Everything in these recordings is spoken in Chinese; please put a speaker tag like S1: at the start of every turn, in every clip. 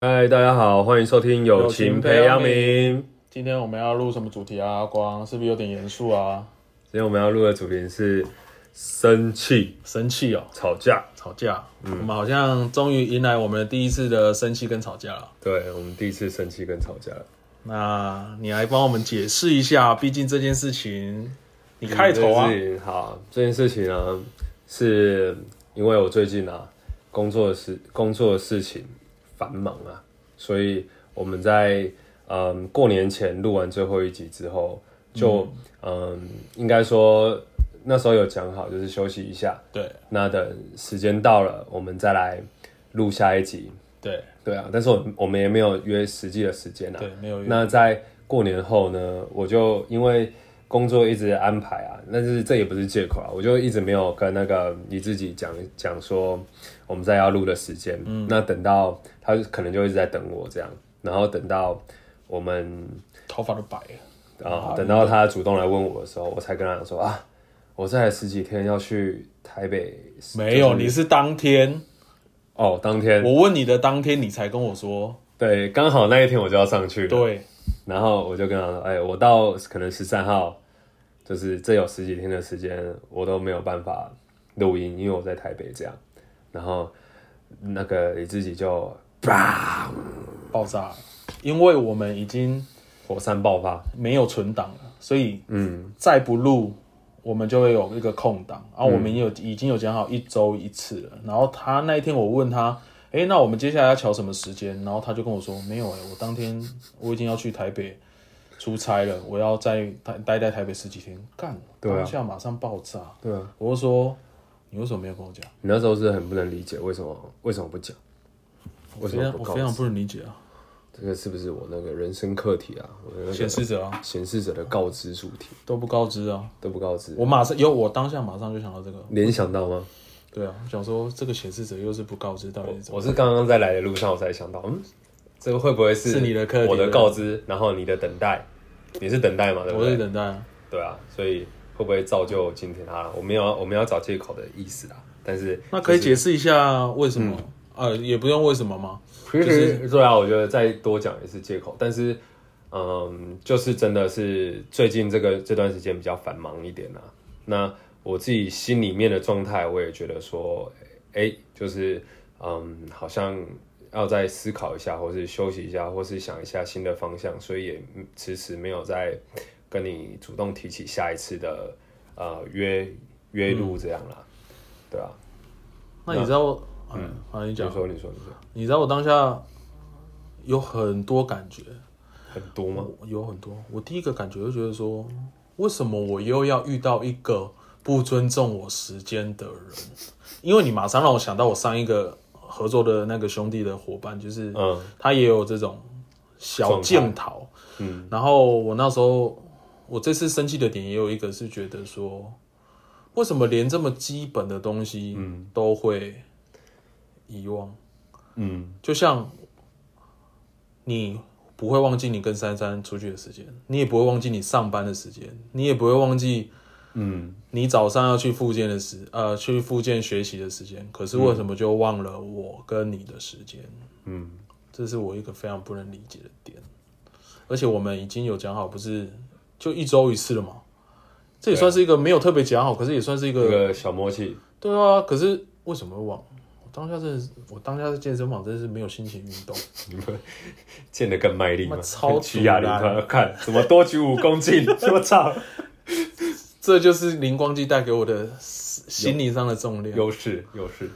S1: 嗨，大家好，欢迎收听《友情培养皿》。
S2: 今天我们要录什么主题啊？阿光是不是有点严肃啊？
S1: 今天我们要录的主题是生气、
S2: 生气哦，
S1: 吵架。
S2: 吵架。我们好像终于迎来我们第一次的生气跟吵架了。
S1: 对我们第一次生气跟吵架了。
S2: 那你来帮我们解释一下，毕竟这件事情你开头啊
S1: 这。件事情好，这件事情呢，是因为我最近啊工作的事工作的事情繁忙啊，所以我们在嗯过年前录完最后一集之后，就嗯应该说那时候有讲好，就是休息一下，
S2: 对
S1: 那等时间到了，我们再来录下一集。
S2: 对
S1: 对啊，但是我我们也没有约实际的时间啊。
S2: 对，没有
S1: 那在过年后呢，我就因为工作一直安排啊，但是这也不是借口啊，我就一直没有跟那个你自己讲讲说我们再要录的时间。嗯，那等到他可能就一直在等我这样，然后等到我们
S2: 头发都白了。
S1: 啊，等到他主动来问我的时候，我才跟他讲说啊，我在十几天要去台北。
S2: 没有，你是当天
S1: 哦，当天
S2: 我问你的当天，你才跟我说。
S1: 对，刚好那一天我就要上去，
S2: 对
S1: 然后我就跟他说，哎、我到可能十三号，就是这有十几天的时间，我都没有办法录音，因为我在台北这样。然后那个你自己就啪，
S2: 爆炸了，因为我们已经
S1: 火山爆发，
S2: 没有存档了，所以嗯，再不录，我们就会有一个空档。然后
S1: 嗯
S2: 我们也有、已经有讲好一周一次了。然后他那一天我问他，诶，那我们接下来要瞧什么时间？然后他就跟我说，没有诶，我当天我已经要去台北出差了，我要在待待在台北十几天，干，
S1: 对啊
S2: 当下马上爆炸。
S1: 对啊，
S2: 我就说，你为什么没有跟我讲？
S1: 你那时候是很不能理解为什么为什么不讲，
S2: 我
S1: 为什
S2: 非
S1: 么
S2: 常
S1: 不
S2: 我
S1: 告
S2: 非常不能理解啊，
S1: 这个是不是我那个人生课题啊？我的那
S2: 显
S1: 个
S2: 示者啊
S1: 显示者的告知主题
S2: 都不告知啊。
S1: 都不告知，
S2: 我马上有，我当下马上就想到这个，
S1: 联想到吗？
S2: 对啊，想说这个显示者又是不告知到底是怎么。
S1: 我是刚刚在来的路上，我才想到，嗯，这个会不会是
S2: 是你的课题
S1: 我的告知，然后你的等待，你是等待嘛？对不
S2: 我在
S1: 对？
S2: 等待啊。
S1: 对啊，所以会不会造就今天啊？我们要我们要找借口的意思啊，但是
S2: 那可以解释一下为什么？
S1: 嗯
S2: 呃，也不用为什么吗？
S1: 其实对啊，我觉得再多讲也是借口，但是嗯，就是真的是最近这个这段时间比较繁忙一点啊。那我自己心里面的状态，我也觉得说，哎、就是嗯，好像要再思考一下，或是休息一下，或是想一下新的方向，所以也嗯迟迟没有再跟你主动提起下一次的呃约约路这样啦，对啊，
S2: 那你知道我，嗯，好，你
S1: 你
S2: 讲，
S1: 说你说你说
S2: 你知道我当下有很多感觉，
S1: 很多吗？
S2: 我有很多。我第一个感觉就觉得说，为什么我又要遇到一个不尊重我时间的人？因为你马上让我想到我上一个合作的那个兄弟的伙伴，就是
S1: 嗯，
S2: 他也有这种小
S1: 状
S2: 检讨。嗯，然后我那时候，我这次生气的点也有一个是觉得说，为什么连这么基本的东西，都会遗忘？
S1: 嗯，
S2: 就像你不会忘记你跟珊珊出去的时间，你也不会忘记你上班的时间，你也不会忘记，嗯，你早上要去复健的时，呃，去复健学习的时间，可是为什么就忘了我跟你的时间？
S1: 嗯，
S2: 这是我一个非常不能理解的点。而且我们已经有讲好，不是就一周一次了吗？这也算是一个没有特别讲好，可是也算是一
S1: 这
S2: 个
S1: 啊个小默契。
S2: 对啊，可是为什么会忘？我当下真的是，我当下在健身房真的是没有心情运动。
S1: 健得更卖力嘛，
S2: 妈超
S1: 举哑铃
S2: 阻拦
S1: 他看 怎么多举五公 斤，我操，
S2: 这就是灵光机带给我的心理上的重量，
S1: 优势优势，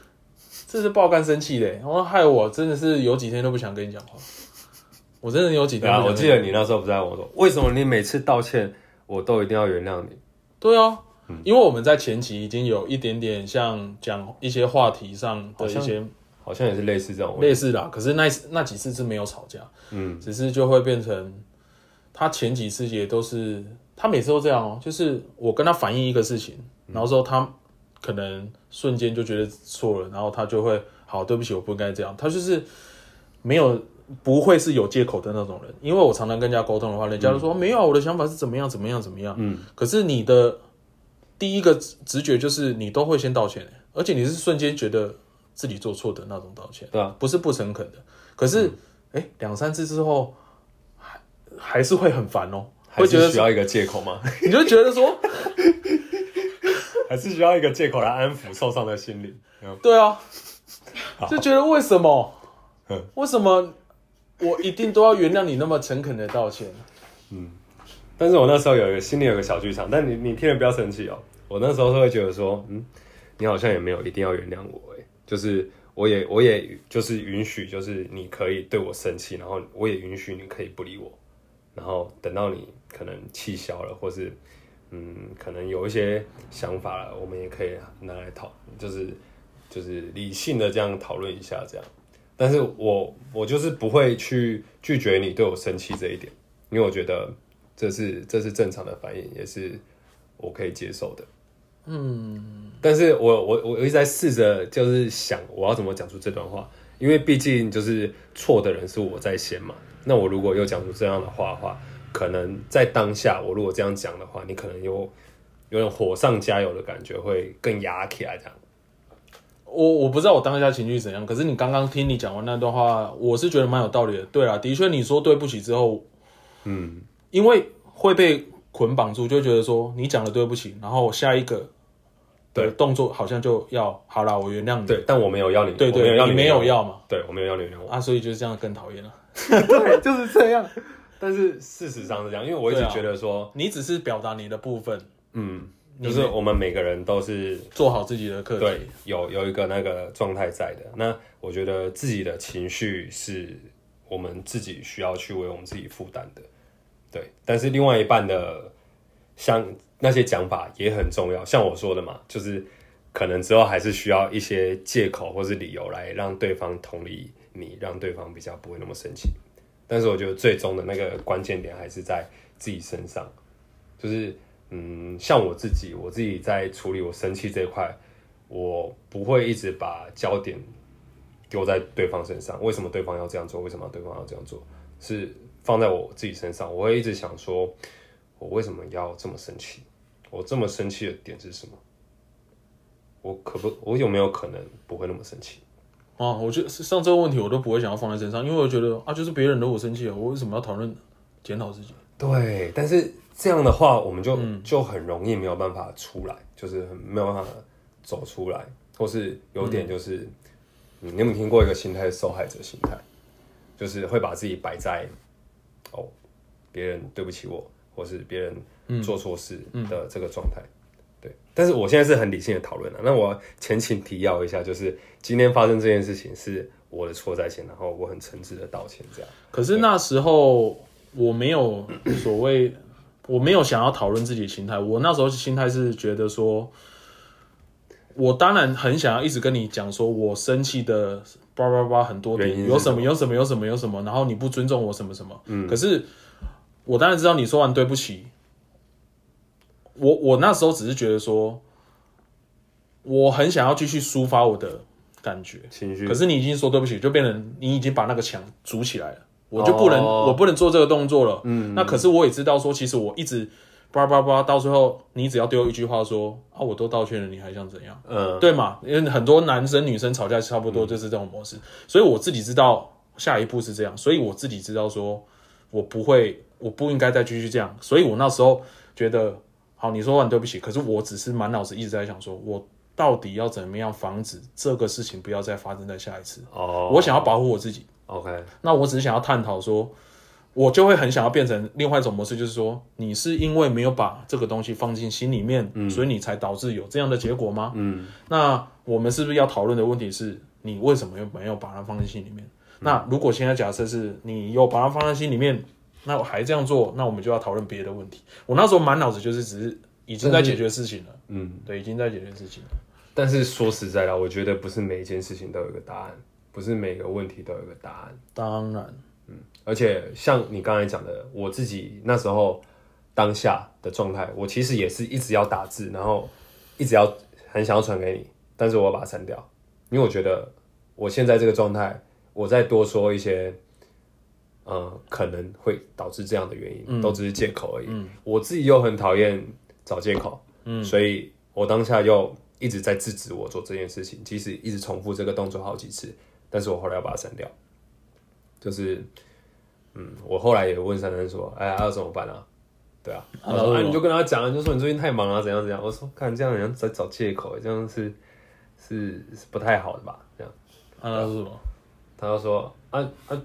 S2: 这是爆肝生气的，欸然后害我真的是有几天都不想跟你讲话，我真的有几
S1: 对
S2: 天
S1: 啊，
S2: 不想
S1: 我
S2: 跟
S1: 记得你那时候不在，我说为什么你每次道歉我都一定要原谅你？
S2: 对啊，
S1: 嗯
S2: 因为我们在前期已经有一点点像讲一些话题上的一
S1: 好
S2: 些
S1: 好像也是类似这种问
S2: 类
S1: 题，
S2: 似啦，可是那一次那几次是没有吵架，
S1: 欸嗯，
S2: 只是就会变成他前几次也都是，他每次都这样哦，就是我跟他反映一个事情，然后之后他可能瞬间就觉得错了，然后他就会好，对不起，我不应该这样。他就是没有不会是有借口的那种人，哦因为我常常跟人家沟通的话，人家就说、没有啊，我的想法是怎么样怎么样怎么样，嗯，可是你的第一个直直觉就是你都会先道歉，而且你是瞬间觉得自己做错的那种道歉，
S1: 对啊，嗯
S2: 不是不诚恳的。可是，哎、两三次之后，还还是会很烦哦，
S1: 还
S2: 会觉
S1: 是
S2: 得
S1: 需要一个借口吗？
S2: 你就觉得说，
S1: 还是需要一个借口来安抚受伤的心 灵？嗯
S2: 对啊，就觉得为什么
S1: 嗯，
S2: 为什么我一定都要原谅你那么诚恳的道歉？
S1: 但是我那时候有一个心里有个小剧场，但你你听了不要生气哦。我那时候是会觉得说，嗯，你好像也没有一定要原谅我，哎，就是我也我也就是允许，就是你可以对我生气，然后我也允许你可以不理我，然后等到你可能气消了，或是嗯，可能有一些想法了，我们也可以拿来讨，就是就是理性的这样讨论一下这样。但是我我就是不会去拒绝你对我生气这一点，因为我觉得这是这是正常的反应，也是我可以接受的。嗯，但是我我我一直在试着就是想我要怎么讲出这段话，因为毕竟就是错的人是我在先嘛。那我如果又讲出这样的话的话，可能在当下我如果这样讲的话，你可能有有点火上加油的感觉，会更压起来这样。
S2: 我我不知道我当下情绪怎样，可是你刚刚听你讲完那段话，我是觉得蛮有道理的。对啦，的确你说对不起之后，
S1: 嗯，
S2: 因为会被捆绑住，就会觉得说你讲了对不起，然后下一个
S1: 对
S2: 的动作好像就要好啦，我原谅你。
S1: 对，但我没有要你，
S2: 对
S1: 我没有
S2: 对，
S1: 要
S2: 你
S1: 你
S2: 没
S1: 原谅
S2: 有
S1: 我，
S2: 要嘛
S1: 对我没有要你原谅我。
S2: 啊，所以就是这样更讨厌了。
S1: 对， 就是这样。但是事实上是这样，因为我一直
S2: 对啊
S1: 觉得说，
S2: 你只是表达你的部分，
S1: 嗯，就是我们每个人都是
S2: 做好自己的课
S1: 对
S2: 题。
S1: 有有一个那个状态在的。那我觉得自己的情绪是我们自己需要去为我们自己负担的，对。但是另外一半的像那些讲法也很重要，像我说的嘛，就是可能之后还是需要一些借口或是理由来让对方同理你，让对方比较不会那么生气。但是我觉得最终的那个关键点还是在自己身上，就是嗯，像我自己，我自己在处理我生气这一块，我不会一直把焦点丢在对方身上。为什么对方要这样做？为什么对方要这样做？是放在我自己身上，我会一直想说，我为什么要这么生气？我这么生气的点是什么？我可不，我有没有可能不会那么生气？
S2: 啊，我觉得上这个问题我都不会想要放在身上，因为我觉得啊，就是别人惹我生气了，我为什么要讨论检讨自己？
S1: 对，但是这样的话，我们就、
S2: 嗯
S1: 就很容易没有办法出来，就是很没有办法走出来，或是有点就是，嗯你有没有听过一个心态是受害者心态？就是会把自己摆在哦，别人对不起我，或是别人做错事的这个状态。
S2: 嗯
S1: 对，但是我现在是很理性的讨论了。那我前情提要一下，就是今天发生这件事情是我的错在先，然后我很诚挚的道歉，这样。
S2: 可是那时候我没有所谓，我没有想要讨论自己的心态。我那时候心态是觉得说，我当然很想要一直跟你讲说我生气的叭叭叭很多
S1: 原因
S2: 点，
S1: 是
S2: 有
S1: 什
S2: 什
S1: 么
S2: 么有什么有什么有什么，然后你不尊重我什么什么。嗯，可是我当然知道你说完对不起，我我那时候只是觉得说，我很想要继续抒发我的感觉。
S1: 情绪
S2: 可是你已经说对不起，就变成你已经把那个墙筑起来了，我就不能、
S1: 哦
S2: 我不能做这个动作了。嗯，那可是我也知道说，其实我一直叭叭叭，到最后你只要丢一句话说啊，我都道歉了，你还想怎样？
S1: 嗯，
S2: 对嘛？因为很多男生女生吵架差不多就是这种模式，所以我自己知道下一步是这样，所以我自己知道说我不会，我不应该再继续这样，所以我那时候觉得，好，你说完对不起，可是我只是满脑子一直在想说，我到底要怎么样防止这个事情不要再发生在下一次？
S1: 哦，
S2: 我想要保护我自己，
S1: OK，
S2: 那我只是想要探讨说，我就会很想要变成另外一种模式，就是说，你是因为没有把这个东西放进心里面，所以你才导致有这样的结果吗？嗯，那我们是不是要讨论的问题是你为什么又没有把它放进心里面？那如果现在假设是你有把它放在心里面，那我还这样做，那我们就要讨论别的问题。我那时候满脑子就是只是已经在解决事情了，
S1: 嗯，
S2: 对，已经在解决事情了。
S1: 但是说实在的，我觉得不是每一件事情都有一个答案，不是每个问题都有一个答案。
S2: 当然，
S1: 而且像你刚才讲的，我自己那时候当下的状态，我其实也是一直要打字，然后一直要很想要传给你，但是我要把它删掉，因为我觉得我现在这个状态，我再多说一些，呃，可能会导致这样的原因，都只是借口而已。我自己又很讨厌找借口，嗯，所以我当下又一直在制止我做这件事情，即使一直重复这个动作好几次，但是我后来要把它删掉，就是，嗯，我后来也问珊珊说，哎呀，要、怎么办啊？对啊，
S2: 啊
S1: 他说
S2: 那
S1: 啊，
S2: 我
S1: 你就跟他讲，你就说你最近太忙了、啊怎样怎样。我说，看这样人在找借口，这样是是是不太好的吧？这样。
S2: 啊，那是什么？
S1: 他就说啊啊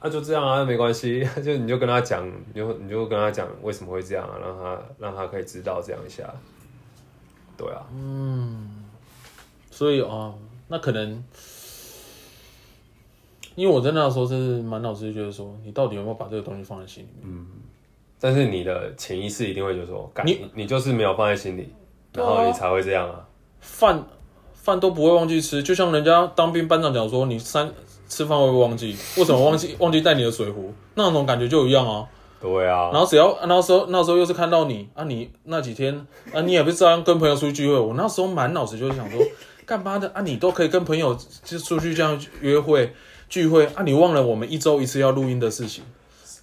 S1: 啊，就这样啊，没关系， 就你就跟他讲，你就你就跟他讲为什么会这样、啊，让他让他可以知道这样一下。对啊，
S2: 所以哦，那可能，因为我在那时候是满脑子就觉得说，你到底有没有把这个东西放在心里面？
S1: 但是你的潜意识一定会就说，干
S2: 你
S1: 你你就是没有放在心里，
S2: 对
S1: 然
S2: 啊
S1: 后你才会这样啊。
S2: 饭饭都不会忘记吃，就像人家当兵班长讲说，你三吃饭会不会忘记？为什么忘记忘记带你的水壶？那种感觉就一样啊。
S1: 对啊，
S2: 然后只要那时候那时候又是看到你啊，你那几天啊，你也不是照样跟朋友出去聚会。我那时候满脑子就是想说， 干嘛的啊？你都可以跟朋友就出去这样约会聚会啊，你忘了我们一周一次要录音的事情，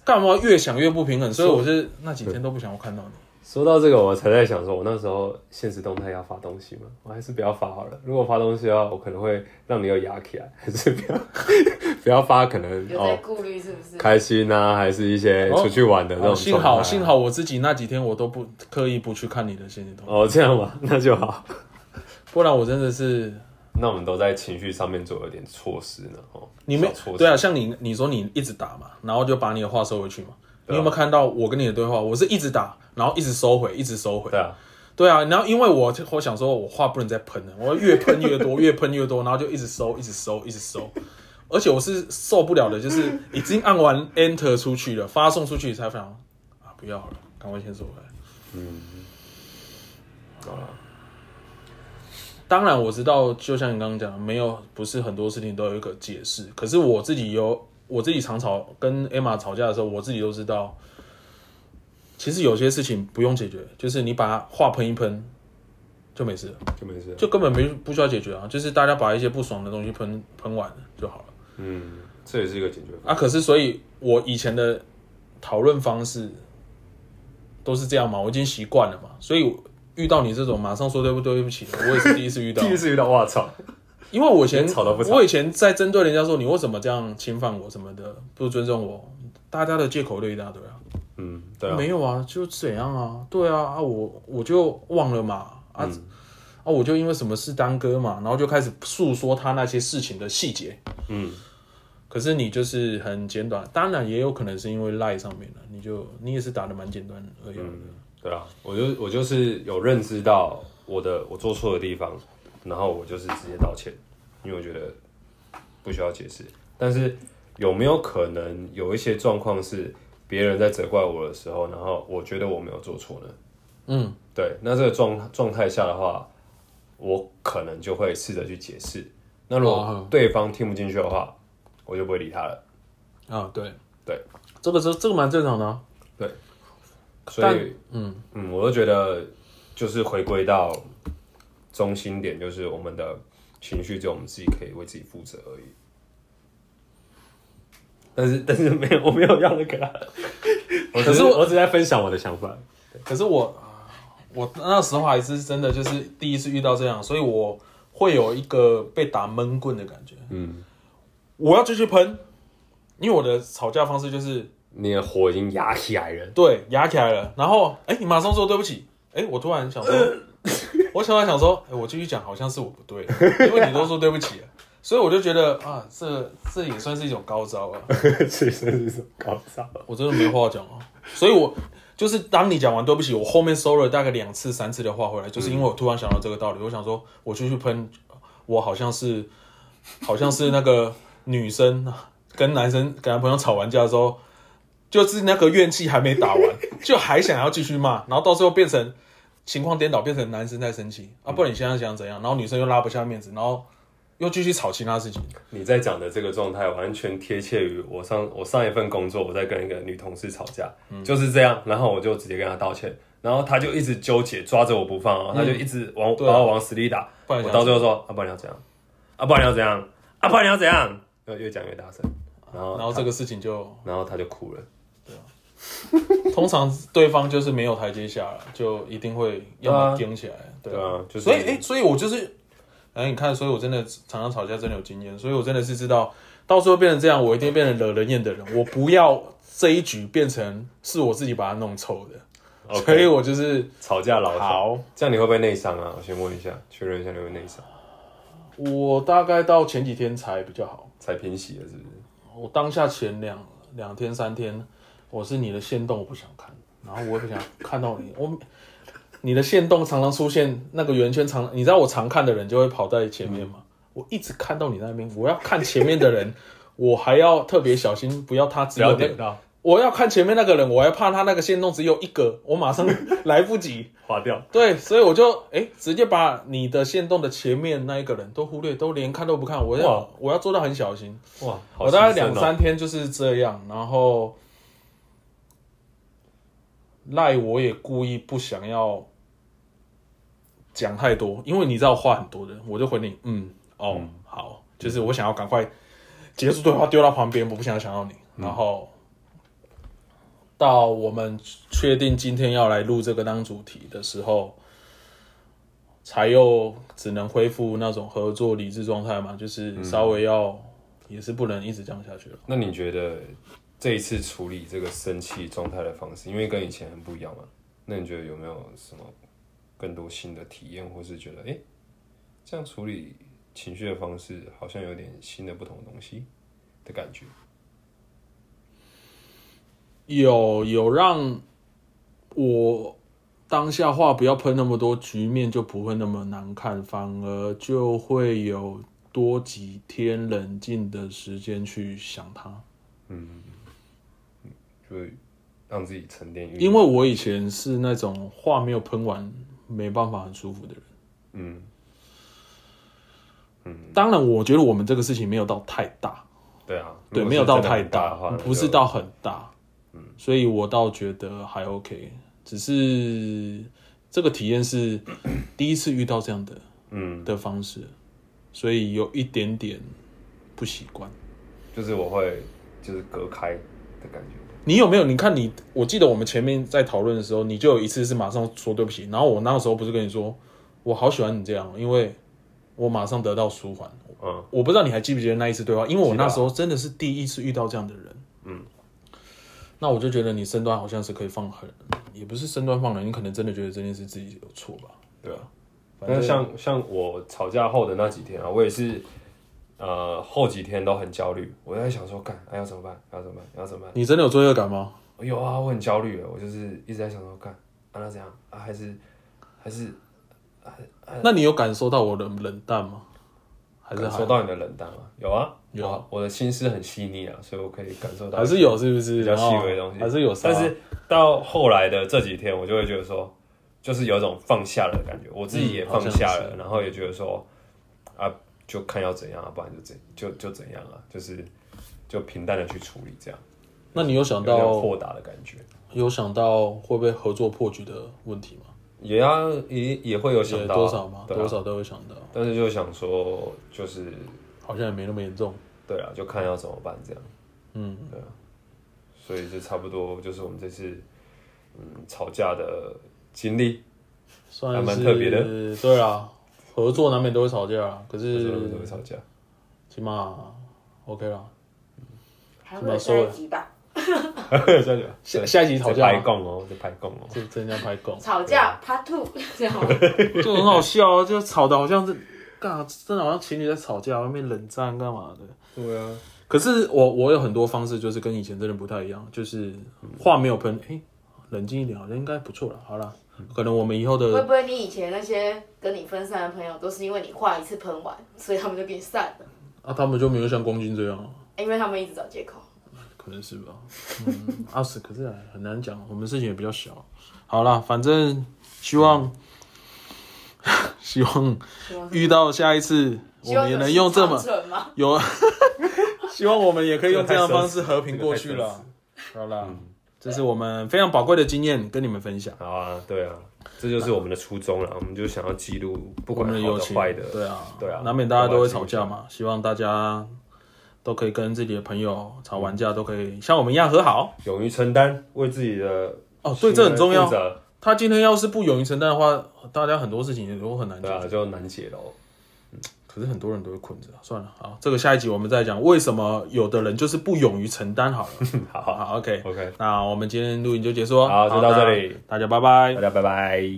S2: 干嘛越想越不平衡？所以我是那几天都不想要看到你。
S1: 说到这个，我才在想说，我那时候现实动态要发东西吗？我还是不要发好了。如果发东西的话，我可能会让你有压起来， 还是不要不要发，可能
S3: 有在
S1: 哦
S3: 顾虑是不是？
S1: 开心啊，还是一些出去玩的那种、
S2: 啊幸好幸。好我自己那几天我都不刻意不去看你的现实动态，
S1: 哦，这样吧， 那就好。
S2: 不然我真的是
S1: 那我们都在情绪上面做有点措施呢，哦，
S2: 你没
S1: 小措施，
S2: 对啊，，像你你说你一直打嘛，然后就把你的话收回去嘛。你
S1: 啊
S2: 有没有看到我跟你的对话？我是一直打，然后一直收回，一直收回。
S1: 对啊，
S2: 对啊，然后因为我我想说，我话不能再喷了，我越喷越多，越喷越多，然后就一直收，一直收，一直收。而且我是受不了的，就是已经按完 Enter 出去了，发送出去才想啊，不要了，赶快先收回来。啊
S1: 好了，
S2: 当然我知道，就像你刚刚讲的，没有不是很多事情都有一个解释。可是我自己有，我自己常吵跟 Emma 吵架的时候，我自己都知道，其实有些事情不用解决，就是你把话喷一喷就没事了，
S1: 就没事了，
S2: 就根本没不需要解决啊。就是大家把一些不爽的东西喷喷完了就好了
S1: 嗯，这也是一个解决法，
S2: 啊。可是所以，我以前的讨论方式都是这样嘛，我已经习惯了嘛，所以。遇到你这种马上说对不对不起，我也是第一次遇到。啊
S1: 第一次遇到，我操，
S2: 因为我以前
S1: 连吵都不吵
S2: 我以前在针对人家说你为什么这样侵犯我什么的，不尊重我，大家的借口都一大堆啊。
S1: 嗯，对啊，
S2: 没有啊，就怎样啊，对啊啊，我我就忘了嘛啊、
S1: 嗯
S2: 啊，我就因为什么事耽搁嘛，然后就开始诉说他那些事情的细节。
S1: 嗯，
S2: 可是你就是很简短，当然也有可能是因为赖上面了，你就你也是打的蛮简单而已啊。
S1: 对啊，我就我就是有认知到我的我做错的地方，然后我就是直接道歉，因为我觉得不需要解释。但是有没有可能有一些状况是别人在责怪我的时候，然后我觉得我没有做错呢？
S2: 嗯，
S1: 对，那这个状状态下的话，我可能就会试着去解释。那如
S2: 哦
S1: 果对方听不进去的话，我就不会理他了。
S2: 啊，对
S1: 对，
S2: 这个是这个蛮正常的啊、
S1: 所
S2: 但
S1: 以，嗯嗯，我都觉得就是回归到中心点，就是我们的情绪只有我们自己可以为自己负责而已。但是但是没有，我没有要那 个啦。我只
S2: 可是我
S1: 我只是在分享我的想法。
S2: 可是我，我那时候还是真的就是第一次遇到这样，所以我会有一个被打闷棍的感觉。
S1: 嗯，
S2: 我要继续喷，因为我的吵架方式就是
S1: 你的火已经压起来了，
S2: 对压起来了，然后哎、你马上说对不起，哎、我突然想说，我突然想说，哎、我继续讲好像是我不对，因为你都说对不起了，所以我就觉得啊，这这也算是一种高招啊。
S1: 其实 是一种高招。
S2: 我真的没话讲啊。所以我就是当你讲完对不起，我后面收了大概两次、三次的话回来，就是因为我突然想到这个道理，我想说我继续喷，我好像是好像是那个女生跟男生跟男朋友吵完架之后，就是那个怨气还没打完，就还想要继续骂，然后到最后变成。情况颠倒，变成男生在生气啊！不然你现在想怎样？然后女生又拉不下面子，然后又继续吵其他事情。
S1: 你在讲的这个状态完全贴切于我上我上一份工作，我在跟一个女同事吵架，
S2: 嗯
S1: 就是这样，然后我就直接跟她道歉，然后她就一直纠结抓着我不放哦，她就一直往、
S2: 对啊
S1: 把我往死里打，
S2: 不然你
S1: 我
S2: 想
S1: 到最后说啊，不然你要怎样？啊，不然你要怎样？啊，
S2: 啊
S1: 不然你要怎样？然后越讲越大声，然后
S2: 然后这个事情就
S1: 然后她就哭了，
S2: 通常对方就是没有台阶下了，就一定会要么顶起来，对
S1: 对啊就是
S2: 所以，哎，所以我就是，哎，你看，所以我真的常常吵架，真的有经验，所以我真的是知道，到最后变成这样，我一定变成惹人厌的人，我不要这一局变成是我自己把它弄臭的，所以
S1: OK，
S2: 我就是
S1: 吵架老吵，
S2: 好，
S1: 这样你会不会内伤啊？我先问一下，确认一下你会不会内伤，
S2: 我大概到前几天才比较好，
S1: 才平息了是不是？
S2: 我当下前两两天三天，我是你的线动我不想看，然后我也不想看到你，我你的线动常常出现那个圆圈常，你知道我常看的人就会跑在前面嘛，
S1: 嗯
S2: 我一直看到你那边，我要看前面的人，我还要特别小心，不要他只
S1: 不要
S2: 有那
S1: 点到
S2: 我要看前面那个人，我还怕他那个线动只有一个，我马上 来不及。
S1: 划掉，
S2: 对，所以我就哎、诶直接把你的线动的前面那一个人都忽略，都连看都不看。我
S1: 哇
S2: 要我要做到很小心。
S1: 哇，好
S2: 我大概
S1: 牺牲哦
S2: 两三天就是这样，然后赖我也故意不想要讲太多，因为你知道话很多的，我就回你嗯哦好，就是我想要赶快结束对话，丢到旁边，我不想要想到你，然后。到我们确定今天要来录这个当主题的时候，才又只能恢复那种合作理智状态嘛，就是稍微要、也是不能一直这样下去了。
S1: 那你觉得这一次处理这个生气状态的方式，因为跟以前很不一样嘛？那你觉得有没有什么更多新的体验，或是觉得诶，这样处理情绪的方式好像有点新的不同的东西的感觉？
S2: 有有让我当下话不要喷那么多，局面就不会那么难看，反而就会有多几天冷静的时间去想它。
S1: 就是让自己沉淀一点
S2: 因为我以前是那种话没有喷完没办法很舒服的人。
S1: 嗯
S2: 当然，我觉得我们这个事情没有到太大，
S1: 对啊，
S2: 对，
S1: 如果
S2: 没有到
S1: 真的
S2: 太嗯
S1: 很大的话，
S2: 不是
S1: 那就
S2: 到很大，嗯，所以我倒觉得还 OK，只是这个体 验是第一次遇到这样的
S1: 嗯，
S2: 的方式，所以有一点点不习惯。
S1: 就是我会就是隔开的感觉。
S2: 你有没有？你看你，我记得我们前面在讨论的时候，你就有一次是马上说对不起，然后我那时候不是跟你说，我好喜欢你这样，因为我马上得到舒缓。
S1: 嗯
S2: 我不知道你还记不记得那一次对话，因为我
S1: 记得啊
S2: 那时候真的是第一次遇到这样的人。
S1: 嗯，
S2: 那我就觉得你身段好像是可以放狠，也不是身段放人，你可能真的觉得这件事自己有错吧？
S1: 对啊，
S2: 反
S1: 那
S2: 正
S1: 像像我吵架后的那几天啊，我也是，呃，后几天都很焦虑，我在想说，干，哎、要怎么办？要怎么办？要怎么办？
S2: 你真的有罪恶感吗？
S1: 我有啊，我很焦虑耶，我就是一直在想说，干，啊那怎样？啊还是还是呃
S2: 那你有感受到我的冷淡吗？还是
S1: 感
S2: 还
S1: 受到你的冷淡吗？有啊，
S2: 有啊
S1: 我，我的心思很细腻啊，所以我可以感受到
S2: 还是有，是不是？
S1: 比较细
S2: 然后
S1: 微的东西，
S2: 哦还是有杀，
S1: 但是到后来的这几天，我就会觉得说，就是有一种放下了的感觉，我自己也放下
S2: 嗯好
S1: 了，
S2: 像是
S1: 然后也觉得说，啊，就看要怎样啊，不然就怎就就怎样啊，就是就平淡的去处理这样，
S2: 那你有想
S1: 有点
S2: 到
S1: 豁达的感觉。
S2: 有想到会不会合作破局的问题吗？
S1: 也要也也会有想
S2: 也
S1: 到啊
S2: 多少吗？
S1: 对啊
S2: 多少都会想到，
S1: 但是就想说，就是
S2: 好像也没那么严重。
S1: 对啊，就看要怎么办这样，啊
S2: 嗯，
S1: 所以就差不多就是我们这次嗯吵架的经历，
S2: 算
S1: 还蛮
S2: 是
S1: 特别
S2: 对啊，合作难免都会吵架啊，可
S1: 就是
S2: 是
S1: 我们怎么吵架。
S2: 起码 OK 啦。
S3: 还会有下一集吧？，
S1: 下去吧
S2: 下下一集吵
S1: 在排
S2: 架吗，啊
S1: 供哦，在排供哦。
S2: 就真的要拍拱
S3: 吵架 Part Two，这 样吗？
S2: 就很好笑啊！就吵的好像是干，真的好像情侣在吵架，外面冷战干嘛的。
S1: 对啊，
S2: 可是我我有很多方式，就是跟以前真的不太一样，就是话没有喷，哎、冷静一点，好像应该不错了。好了，
S1: 嗯
S2: 可能我们以后
S3: 会
S2: 的
S3: 不会你以前那些跟你分散的朋友，都是因为你话一次喷完，所以他们就跟你散了？
S2: 啊，他们就没有像光军这样啊，
S3: 因为他们一直找借口。
S2: 可能是吧。 嗯，二十可是很难讲，我们事情也比较小。好啦，反正希望 希望
S3: 希望
S2: 遇到下一次，我
S3: 希望
S2: 们也能用这么
S3: 有长存吗？
S2: 有，希望我们也可以用这样的方式
S1: 这个太奢侈
S2: 和平过去
S1: 这个太奢侈
S2: 了。好啦，这是我们非常宝贵的经验，跟你们分享。
S1: 好啊，对啊，这就是我们的初衷啦。我们就想要记录不
S2: 我
S1: 管
S2: 们的
S1: 好
S2: 友
S1: 的
S2: 情，
S1: 坏的，
S2: 对啊，
S1: 对啊
S2: 难免大家都会吵架嘛。希望大家都可以跟自己的朋友吵完架，都可以像我们一样和好。
S1: 勇于承担，为自己的
S2: 哦，对，这很重要
S1: 负。责
S2: 他今天要是不勇于承担的话，大家很多事情都很难解
S1: 对
S2: 决。
S1: 啊，就难解喽。
S2: 可是很多人都会困着，算了，好，这个下一集我们再讲为什么有的人就是不勇于承担。好了，
S1: 好
S2: 好好，OK，
S1: ，OK，
S2: 那我们今天录影就结束哦。
S1: 好就到这里，
S2: 那大家拜拜
S1: 大。家拜拜。